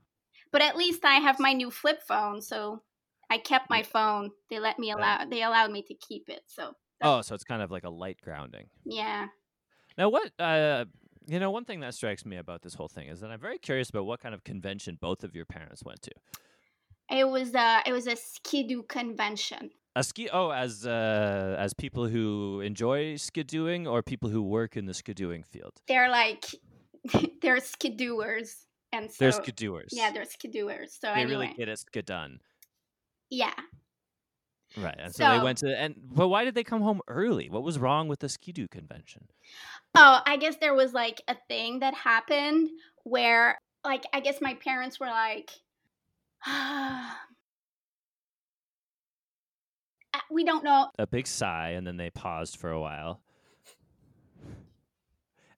but at least I have my new flip phone, so I kept my phone. They let me allow they allowed me to keep it. So oh, so it's kind of like a light grounding. yeah. Now what? Uh, you know, one thing that strikes me about this whole thing is that I'm very curious about what kind of convention both of your parents went to. It was a it was a skidoo convention. A ski oh as uh, as people who enjoy skidooing or people who work in the skidooing field. They're like <laughs> they're skidooers and so They're skidooers. yeah, they're skidooers. So they anyway, really get it skidone. yeah, Right. And so, they So- went to and but why did they come home early? What was wrong with the skidoo convention? Oh, I guess there was like a thing that happened where, like, I guess my parents were like, <sighs> "Ah, we don't know. A big sigh and then they paused for a while.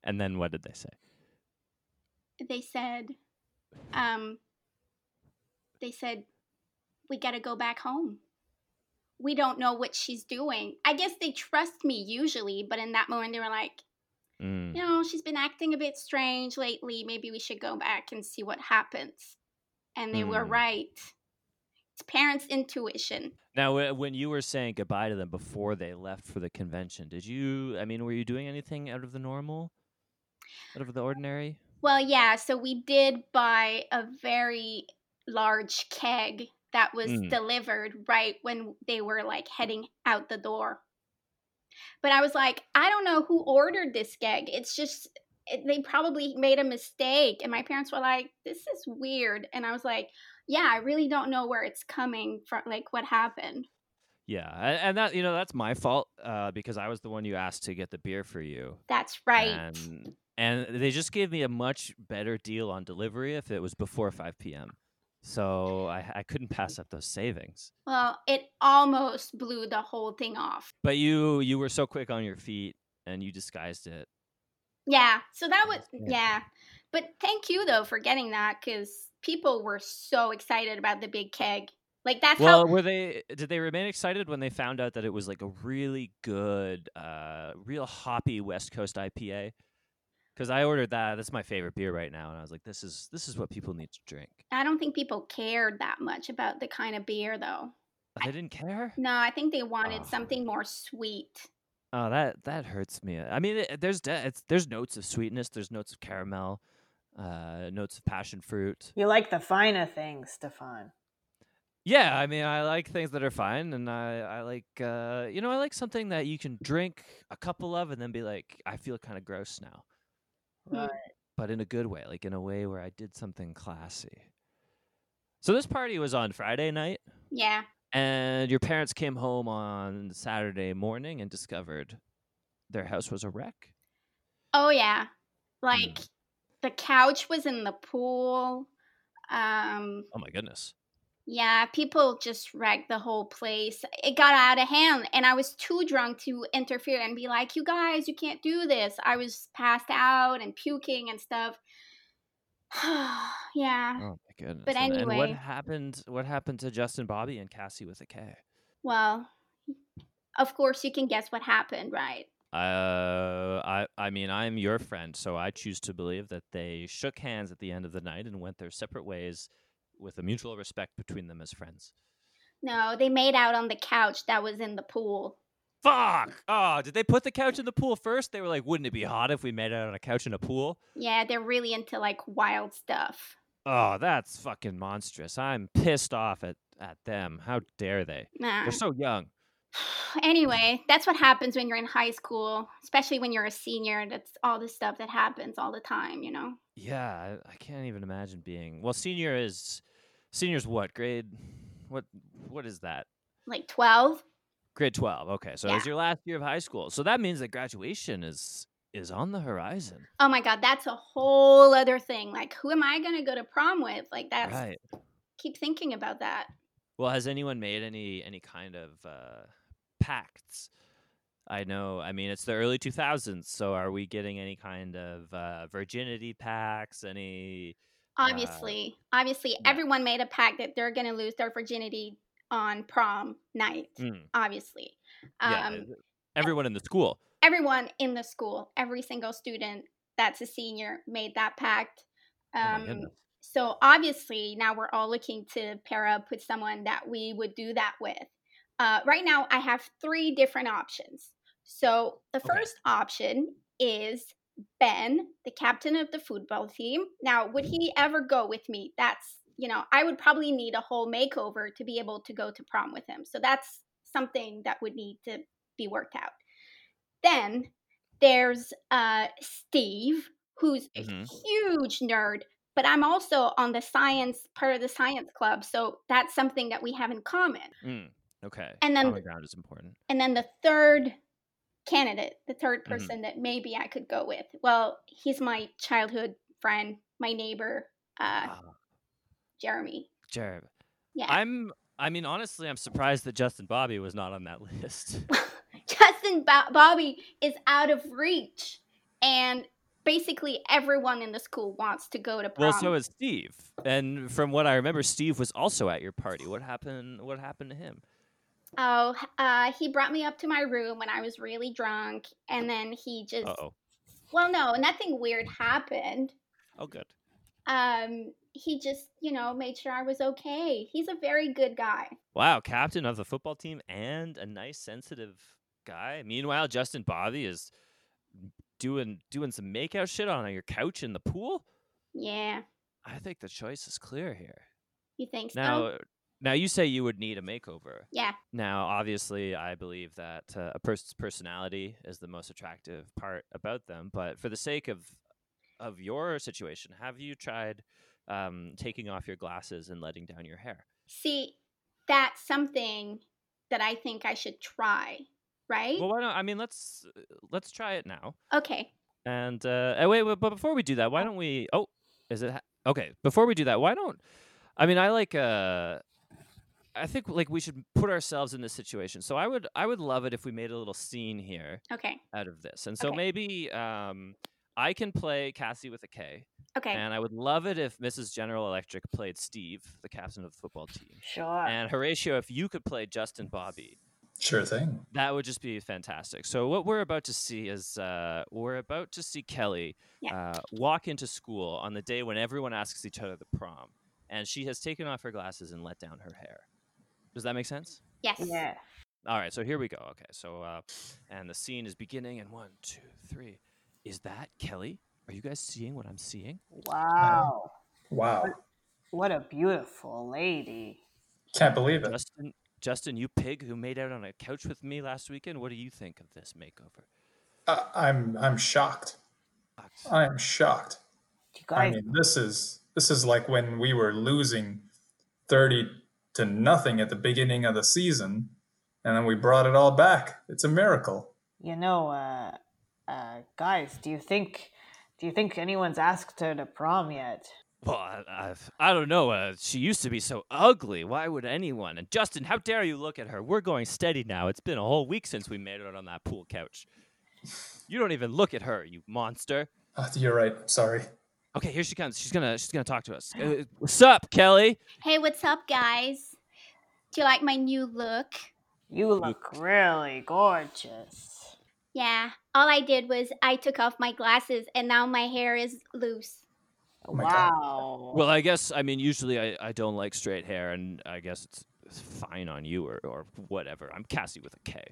And then what did they say? They said, um, they said, we gotta go back home. We don't know what she's doing. I guess they trust me usually, but in that moment they were like, Mm. you know, she's been acting a bit strange lately. Maybe we should go back and see what happens. And they were Hmm. right. It's parents' intuition. Now, wh- when you were saying goodbye to them before they left for the convention, did you? I mean, were you doing anything out of the normal, out of the ordinary? Well, yeah, so we did buy a very large keg that was Mm. delivered right when they were like heading out the door. But I was like, I don't know who ordered this keg. It's just, it, they probably made a mistake. And my parents were like, this is weird. And I was like, yeah, I really don't know where it's coming from, like what happened. Yeah, a- and that you know that's my fault uh, because I was the one you asked to get the beer for you, That's right. and and they just gave me a much better deal on delivery if it was before five p.m. So I, I couldn't pass up those savings. well, it almost blew the whole thing off. But you you were so quick on your feet and you disguised it. Yeah. So that was, Yeah. yeah. But thank you, though, for getting that because people were so excited about the big keg. Like, that's Well, how. were they? Did they remain excited when they found out that it was like a really good, uh, real hoppy West Coast IPA? Because I ordered that. That's my favorite beer right now, and I was like, "This is this is what people need to drink." I don't think people cared that much about the kind of beer, though. But They didn't care. No, I think they wanted Ah. something more sweet. Oh, that that hurts me. I mean, it, there's de- it's, there's notes of sweetness. There's notes of caramel, uh, notes of passion fruit. <laughs> You like the finer things, Stefan. Yeah, I mean, I like things that are fine, and I I like uh, you know, I like something that you can drink a couple of, and then be like, I feel kind of gross now. Right. but in a good way, like in a way where I did something classy. So this party was on Friday night, Yeah. and your parents came home on Saturday morning and discovered their house was a wreck. Oh, yeah. Like, the couch was in the pool. Um, Oh my goodness. Yeah, people just wrecked the whole place. It got out of hand, and I was too drunk to interfere and be like, you guys, you can't do this. I was passed out and puking and stuff. <sighs> yeah. Oh my goodness. But and, and what anyway. happened? What happened to Justin, Bobby, and Cassie with a K? Well, of course, you can guess what happened, right? Uh, I I mean, I'm your friend, so I choose to believe that they shook hands at the end of the night and went their separate ways with a mutual respect between them as friends. No, they made out on the couch that was in the pool. Fuck! Oh, did they put the couch in the pool first? They were like, wouldn't it be hot if we made out on a couch in a pool? Yeah, they're really into like wild stuff. Oh, that's fucking monstrous. I'm pissed off at, at them. How dare they? Nah. They're so young. <sighs> anyway, that's what happens when you're in high school, especially when you're a senior. That's all the stuff that happens all the time, you know? Yeah, I, I can't even imagine being. Well, senior is. Senior's what? Grade. What What is that? Like 12? Grade 12. Okay. So Yeah. it's your last year of high school. So that means that graduation is is on the horizon. Oh my God, that's a whole other thing. Like, who am I going to go to prom with? Like, that's Right. keep thinking about that. Well, has anyone made any any kind of uh pacts? I know. I mean, it's the early 2000s, so are we getting any kind of uh virginity pacts, any Wow. Obviously, obviously, Yeah. everyone made a pact that they're going to lose their virginity on prom night. Mm, Obviously, um, yeah, everyone in the school. everyone in the school, every single student that's a senior made that pact. Oh my Um, goodness. so obviously, now we're all looking to pair up with someone that we would do that with. Uh, right now, I have three different options. So the Okay. first option is Ben, the captain of the football team. Now, would he ever go with me? That's, you know, I would probably need a whole makeover to be able to go to prom with him. So that's something that would need to be worked out. Then there's uh, Steve, who's a Mhm. huge nerd, but I'm also on the science part of the science club. So that's something that we have in common. Mm, okay. And then Common ground is important. and then the third candidate, the third Mhm. person that maybe I could go with. Well, he's my childhood friend, my neighbor, uh, Ah, Jeremy. Jared, Yeah. I'm. I mean, honestly, I'm surprised that Justin Bobby was not on that <laughs> list. <laughs> Justin Bo- Bobby is out of reach, and basically everyone in the school wants to go to prom. well, so is Steve, and from what I remember, Steve was also at your party. What happened? What happened to him? oh, uh, he brought me up to my room when I was really drunk, and then he just. Uh oh. Well, no, nothing weird happened. Oh, good. Um, he just, you know, made sure I was okay. He's a very good guy. Wow, captain of the football team and a nice, sensitive guy. Meanwhile, Justin Bobby is doing doing some makeout shit on your couch in the pool. Yeah, I think the choice is clear here. you think so? Now, now you say you would need a makeover. Yeah. Now, obviously, I believe that uh, a person's personality is the most attractive part about them. But for the sake of of your situation, have you tried um, taking off your glasses and letting down your hair? See, that's something that I think I should try, right? Well, why not? I mean, let's uh, let's try it now. okay. And uh, eh, wait, wait, but before we do that, why don't we? Oh, is it ha- okay? Before we do that, why don't? I mean, I like. Uh, I think like we should put ourselves in this situation. So I would, I would love it if we made a little scene here Okay. out of this. And so Okay. maybe um, I can play Cassie with a K, Okay. and I would love it if Mrs. General Electric played Steve, the captain of the football team, Sure. and Horatio, if you could play Justin Bobby. Sure thing. That would just be fantastic. So what we're about to see is uh, we're about to see Kelly Yeah. uh, walk into school on the day when everyone asks each other the prom, and she has taken off her glasses and let down her hair. Does that make sense? yes. yeah. All right. So here we go. Okay. So uh, and the scene is beginning. And one, two, three. Is that Kelly? Are you guys seeing what I'm seeing? Wow. Wow. What a beautiful lady. Can't believe it. Justin, Justin, you pig who made out on a couch with me last weekend. What do you think of this makeover? I, I'm I'm shocked. I'm shocked. You I guys, mean, this is this is like when we were losing thirty to nothing at the beginning of the season, and then we brought it all back. It's a miracle. you know, uh, uh, guys, do you think, do you think anyone's asked her to prom yet? Well, I, I've, I don't know. Uh, she used to be so ugly. Why would anyone? And Justin, how dare you look at her? We're going steady now. It's been a whole week since we made out on that pool couch. You don't even look at her, you monster. Ah, you're right. Sorry. Oh, Okay, here she comes. She's gonna she's gonna talk to us. Uh, <gasps> what's up, Kelly? Hey, what's up, guys? Do you like my new look? You look really gorgeous. Yeah. All I did was I took off my glasses and now my hair is loose. Oh my God. wow. Well, I guess I mean usually I, I don't like straight hair, and I guess it's, it's fine on you or or whatever. I'm Cassie with a K.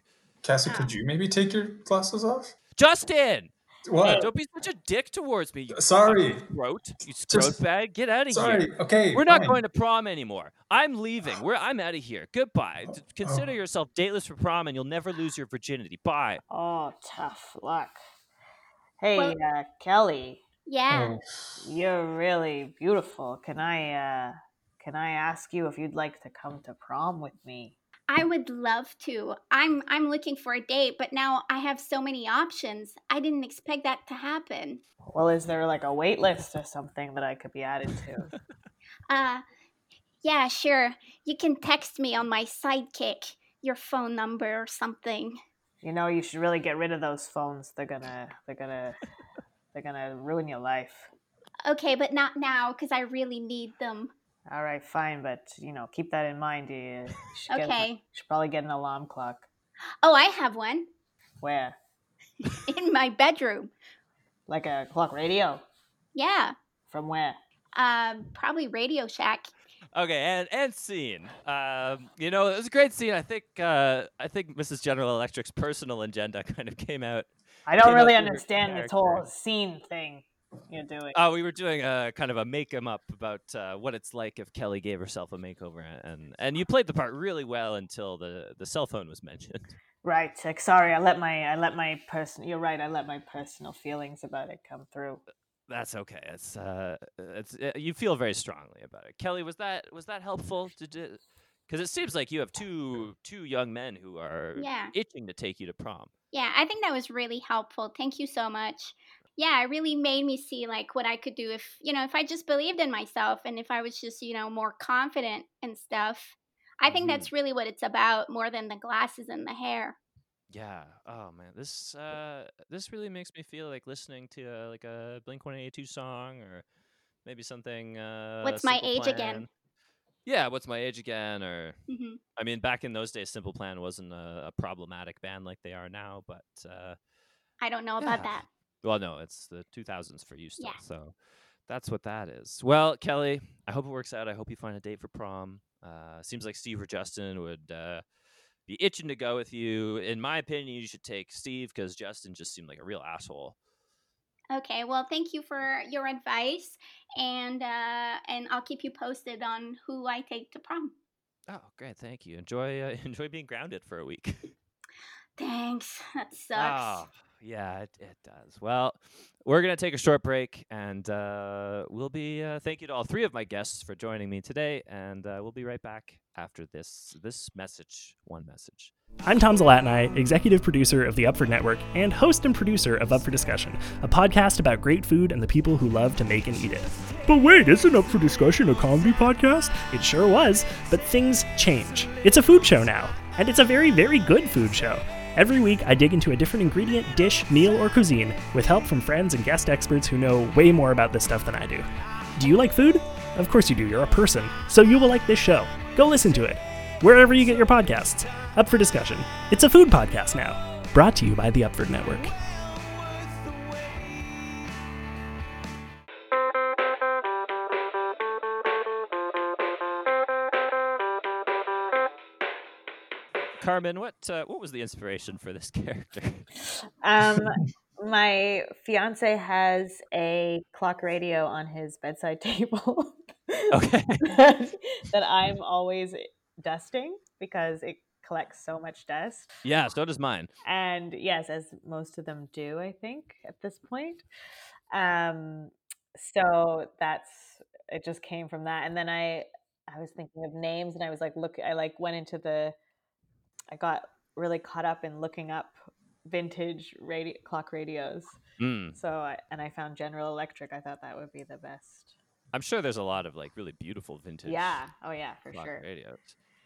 Cassie, could you maybe take your glasses off? Justin, What? don't be such a dick towards me. You Sorry. fucking throat, you throat bag. Get out of here. Sorry. Okay. We're not fine. going to prom anymore. I'm leaving. We're I'm out of here. Goodbye. D- Consider oh. yourself dateless for prom, and you'll never lose your virginity. Bye. oh, tough luck. Hey, Well- uh, Kelly, Yeah. Oh, you're really beautiful. Can I, uh, can I ask you if you'd like to come to prom with me? I would love to. I'm I'm looking for a date, but now I have so many options. I didn't expect that to happen. Well, is there like a wait list or something that I could be added to? Uh yeah, sure. You can text me on my sidekick, your phone number or something. you know, you should really get rid of those phones. They're gonna, they're gonna, they're gonna ruin your life. Okay, but not now cuz I really need them. All right, fine, but you know, keep that in mind. You should, get- Okay. should probably get an alarm clock. Oh, I have one <laughs> Where? in my bedroom. Like a clock radio? Yeah. From where? Um probably Radio Shack. Okay, and and scene. Um, you know, it was a great scene. I think uh, I think Mrs. General Electric's personal agenda <laughs> kind of came out. I Came don't out really through your understand this character. whole scene thing you're doing. Oh, we were doing a kind of a make em up about uh, what it's like if Kelly gave herself a makeover, and and you played the part really well until the the cell phone was mentioned. <laughs> Right. Like, sorry, I let my I let my person. You're right. I let my personal feelings about it come through. That's okay. It's uh, it's uh, you feel very strongly about it. Kelly, was that was that helpful to do? Because it seems like you have two two young men who are Yeah. itching to take you to prom. Yeah, I think that was really helpful. Thank you so much. Yeah, it really made me see like what I could do if, you know, if I just believed in myself and if I was just, you know, more confident and stuff. I think Mhm. that's really what it's about more than the glasses and the hair. Yeah. Oh man, this uh, this really makes me feel like listening to uh, like a Blink One Eighty Two song or maybe something. Uh, What's My Simple Age Again? Plan. Yeah, what's my age again? Or hmm I mean, back in those days, Simple Plan wasn't a, a problematic band like they are now. But uh, I don't know about Yeah. that. well, no, it's the two thousands for you still. Yeah. So that's what that is. Well, Kelly, I hope it works out. I hope you find a date for prom. Uh, seems like Steve or Justin would uh, be itching to go with you. In my opinion, you should take Steve because Justin just seemed like a real asshole. Okay, well, thank you for your advice and uh and I'll keep you posted on who I take to prom. Oh, great! Thank you. Enjoy uh, <laughs> enjoy being grounded for a week. <laughs> Thanks. <laughs> That sucks. Oh, yeah, it, it does. Well, we're going to take a short break and uh, we'll be uh, thank you to all three of my guests for joining me today. And uh, we'll be right back after this this message, one message. I'm Tom Zalatni, executive producer of the Upford Network and host and producer of Up for Discussion, a podcast about great food and the people who love to make and eat it. But wait, isn't Up for Discussion a comedy podcast? It sure was, but things change. It's a food show now, and it's a very, very good food show. Every week, I dig into a different ingredient, dish, meal, or cuisine with help from friends and guest experts who know way more about this stuff than I do. Do you like food? Of course you do, you're a person, so you will like this show. Go listen to it wherever you get your podcasts. Up for discussion. It's a food podcast now, brought to you by the Upford Network. Carmen, what uh, what was the inspiration for this <laughs> character? Um, my fiance has a clock radio on his bedside <laughs> table. Okay. <laughs> that, that I'm always dusting because it collects so much dust. yeah, so does mine. And yes, as most of them do, I think at this point. Um, so that's it. Just came from that, and then I I was thinking of names, and I was like, look, I like went into the, I got really caught up in looking up vintage radio clock radios. Mm. So I, and I found General Electric. I thought that would be the best. I'm sure there's a lot of like really beautiful vintage Yeah. Oh yeah, for clock sure. radios.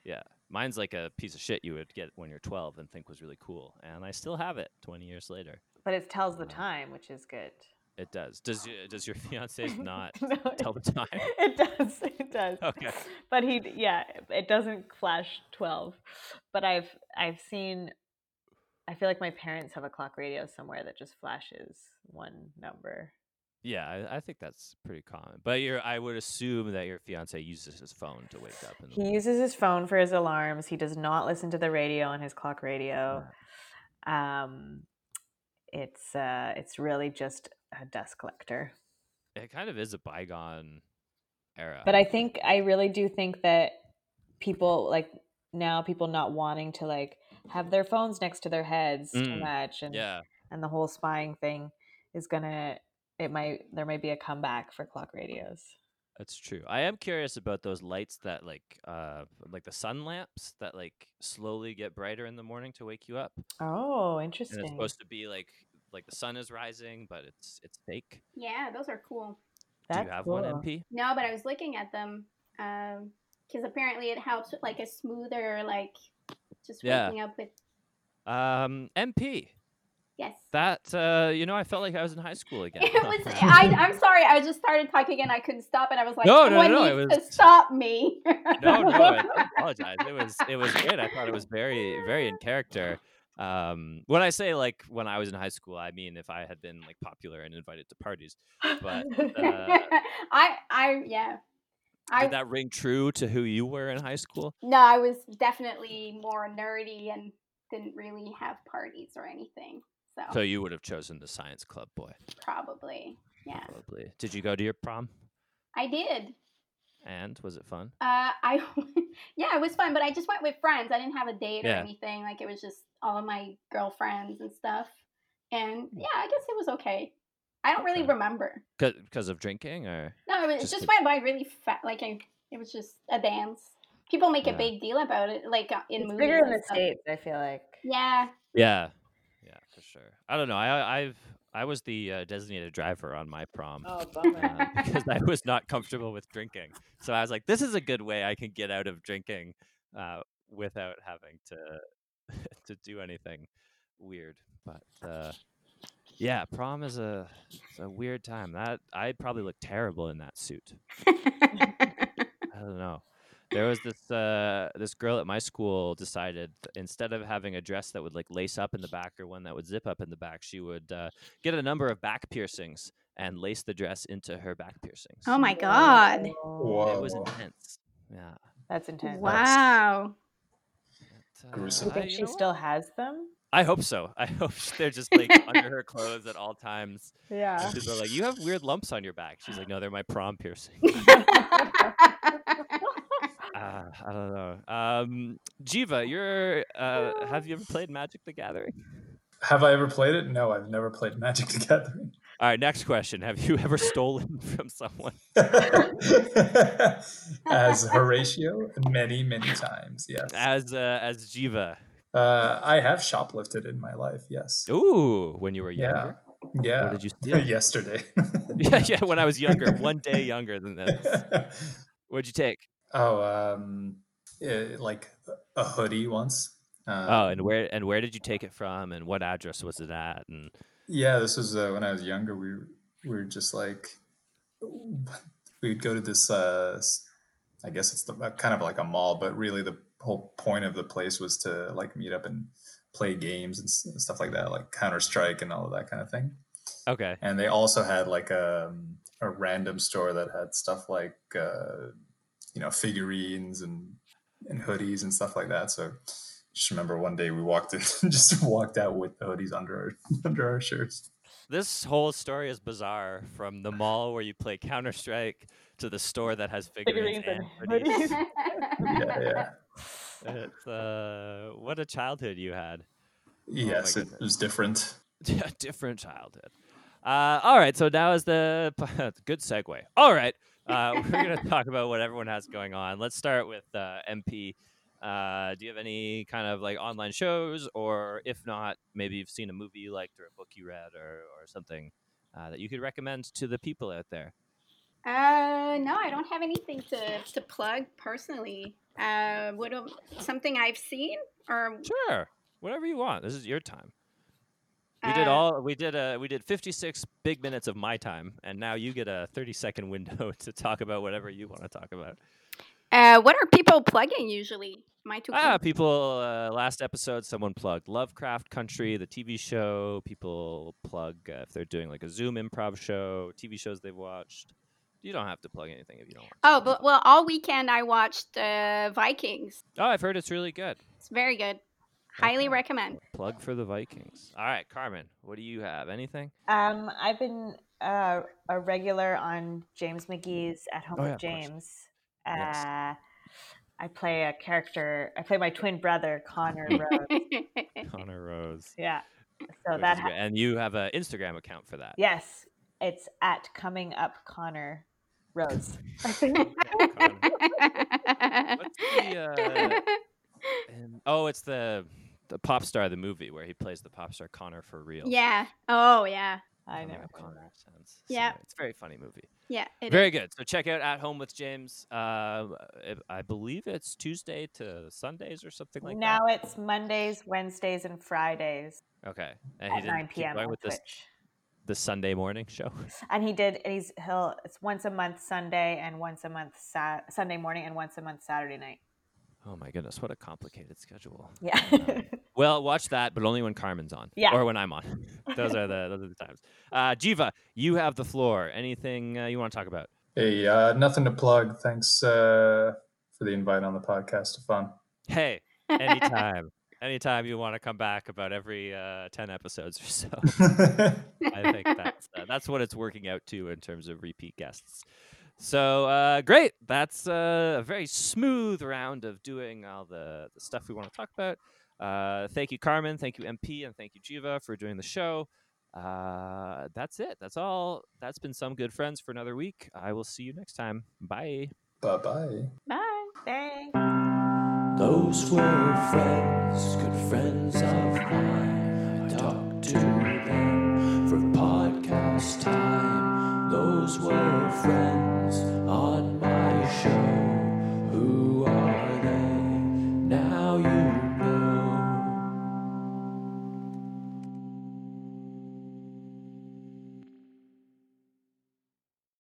Yeah, mine's like a piece of shit you would get when you're 12 and think was really cool, and I still have it 20 years later. But it tells uh-huh. the time, which is good. <laughs> It does. Does y- does your <laughs> fiance not No, <laughs> tell the time? It does. It does. Okay. But he, yeah, it doesn't flash twelve. But I've I've seen. I feel like my parents have a clock radio somewhere that just flashes one number. Yeah, I, I think that's pretty common. But your I would assume that your fiance uses his phone to wake up. In the He morning. uses his phone for his alarms. He does not listen to the radio on his clock radio. Um, it's uh, it's really just a dust collector. It kind of is a bygone era. but i think i really do think that people like now people not wanting to like have their phones next to their heads too Mm, much and yeah, and the whole spying thing is gonna it might there might be a comeback for clock radios That's true. I am curious about those lights that like uh like the sun lamps that like slowly get brighter in the morning to wake you up. Oh, And it's interesting. supposed to be like like the sun is rising, but it's it's fake. Yeah, those are cool. Do you have one cool. MP? No, but I was looking at them because apparently it helps with like a smoother, like just Yeah. waking up with. Um MP. Yes. <laughs> That uh you know, I felt like I was in high school again. It was. <laughs> I, I'm sorry. I just started talking and I couldn't stop, and I was like, No, no, "Someone no, it needs was- to stop me." <laughs> no, no, I I apologize. It uh, was it was good. I thought it was very very in character. Um, when I say like when I was in high school, I mean if I had been like popular and invited to parties. <laughs> But uh, I, I, yeah. <laughs> I did that ring true to who you were in high school? no, I was definitely more nerdy and didn't really have parties or anything. So, So you would have chosen the science club boy, probably, yeah, probably. Did you go to your prom? I did. And was it fun? Uh, <laughs> I yeah, it was fun, but I just went with friends. I didn't have a date Yeah. or anything. Like it was just all of my girlfriends and stuff. And yeah, I guess it was okay. I don't really Hmm. Okay. remember. Because of drinking, or No, it, was, Just it just the- went by really fast. Like I, it was just a dance. People make Yeah. a big deal about it, like uh, in It's movies. bigger in and the stuff. states. I feel like. <laughs> Yeah. <laughs> yeah, yeah, for sure. I don't know. I I've I was the uh, designated driver on my prom. Oh, <laughs> <laughs> uh, because I was not comfortable with drinking. So I was like, this is a good way I can get out of drinking uh, without having to to <laughs> do anything weird. But uh, yeah, prom is a it's a weird time. That I probably look terrible in that suit. I don't know. There was this uh, this girl at my school decided th- instead of having a dress that would like lace up in the back or one that would zip up in the back, she would uh, get a number of back piercings and lace the dress into her back piercings. Oh my god. Whoa. It was intense. Yeah. That's intense. Wow. But, uh, Gruesome. You I, think you she know what? still has them? I hope so. I <laughs> hope sh- they're just like under her clothes at all <laughs> times. Yeah. People are like, "You have weird lumps on your back." She's like, "No, they're my prom <laughs> piercing." uh, I don't know. Um, Jiva, you're. Uh, have you ever played Magic: The Gathering? Have I ever played it? No, I've never played Magic the Gathering. All right, next question. Have you ever stolen <laughs> from someone? <laughs> as Horatio many, many times. Yes. As uh, as Jiva. Uh, I have shoplifted in my life. Yes. Ooh, when you were Yeah. younger. <laughs> Yeah. What did you steal? <laughs> Yesterday. yeah, yeah. When I was <laughs> younger, one day younger than this. What'd you take? oh, um, eh, like a hoodie once. Um, Oh, and where and where did you take it from? And what address was it at? And Yeah, this was uh, when I was younger. We were, we were just like, we'd go to this, uh, s- I guess it's the, uh, kind of like a mall, but really the whole point of the place was to like meet up and play games and s- stuff like that, like Counter Strike and all of that kind of thing. okay, And they also had like a, a random store that had stuff like, uh, you know, figurines and, and hoodies and stuff like that. So just remember one day we walked in, <laughs> just walked out with the hoodies under our, <laughs> under our shirts. this whole story is bizarre. From the mall where you play Counter Strike to the store that has figurines, Figurines and and <laughs> hoodies. yeah, yeah. It's, uh, what a childhood you had. <laughs> Yes, it goodness. was different. <laughs> Yeah, different childhood. Uh, all right, so now is the <laughs> good segue. All right, uh, we're going to talk about what everyone has going on. Let's start with uh, MP. Uh, do you have any kind of like online shows, or if not, maybe you've seen a movie you liked or a book you read or, or something uh, that you could recommend to the people out there? <laughs> Uh, no, I don't have anything to, to plug personally. Uh, what am- something I've seen or Sure, whatever you want. This is your time. We did Uh, all we did. Uh, we did fifty six big minutes of my time, and now you get a thirty second <laughs> window to talk about whatever you want to talk about. Uh, what are people plugging usually? My two. Ah, people. Uh, last episode, someone plugged Lovecraft Country, the TV show. People plug uh, if they're doing like a Zoom improv show, TV shows they've watched. You don't have to plug anything if you don't want. Oh, but well, all weekend I watched uh, Vikings. Oh, I've heard it's really good. It's very good. Highly Okay. recommend. Plug for the Vikings. All right, Carmen, what do you have? Anything? Um, I've been uh, a regular on James McGee's At Home Oh, with yeah, of course. James. Yes. Uh, I play a character. I play my twin brother, <laughs> Connor Rhodes. <laughs> <laughs> Connor <laughs> Rose. yeah. So Which is that great. ha- and you have an Instagram account for that. yes, it's at Coming Up Connor. Rose. What's <laughs> the, uh, and- oh, it's the the pop star of the movie where he plays the pop star Connor for real. yeah. Oh, yeah. I Connor never. O'Connor sounds Yeah. similar. It's a very funny movie. Yeah. it Very is. good. So check out At Home with James. Uh, I- I believe it's Tuesday to Sundays or something like now it's Mondays, Wednesdays, and Fridays that. Okay. And at 9 keep p.m. going on with this Twitch. the Sunday morning show. <laughs> And he did. And he's he'll. It's once a month Sunday and once a month Sat Sunday morning and once a month Saturday night. Oh my goodness, what a complicated schedule. Yeah. Well, watch that, but only when Carmen's on. Yeah. Or when I'm on. <laughs> those are the those are the times. Uh, Jiva, you have the floor. Anything uh, you want to talk about? Hey, uh, nothing to plug. Thanks uh, for the invite on the podcast. Fun. Hey, anytime, anytime you want to come back about every uh, ten episodes or so. <laughs> I think that's uh, that's what it's working out to in terms of repeat guests. So uh, great, that's uh, a very smooth round of doing all the, the stuff we want to talk about. Uh, thank you, Carmen. Thank you, MP, and thank you, Jiva, for doing the show. Uh, that's it. That's all. That's been some good friends for another week. I will see you next time. Bye. bye bye. Bye. Thanks. Those were friends, good friends of mine. I talked to them for podcast time. Those were friends on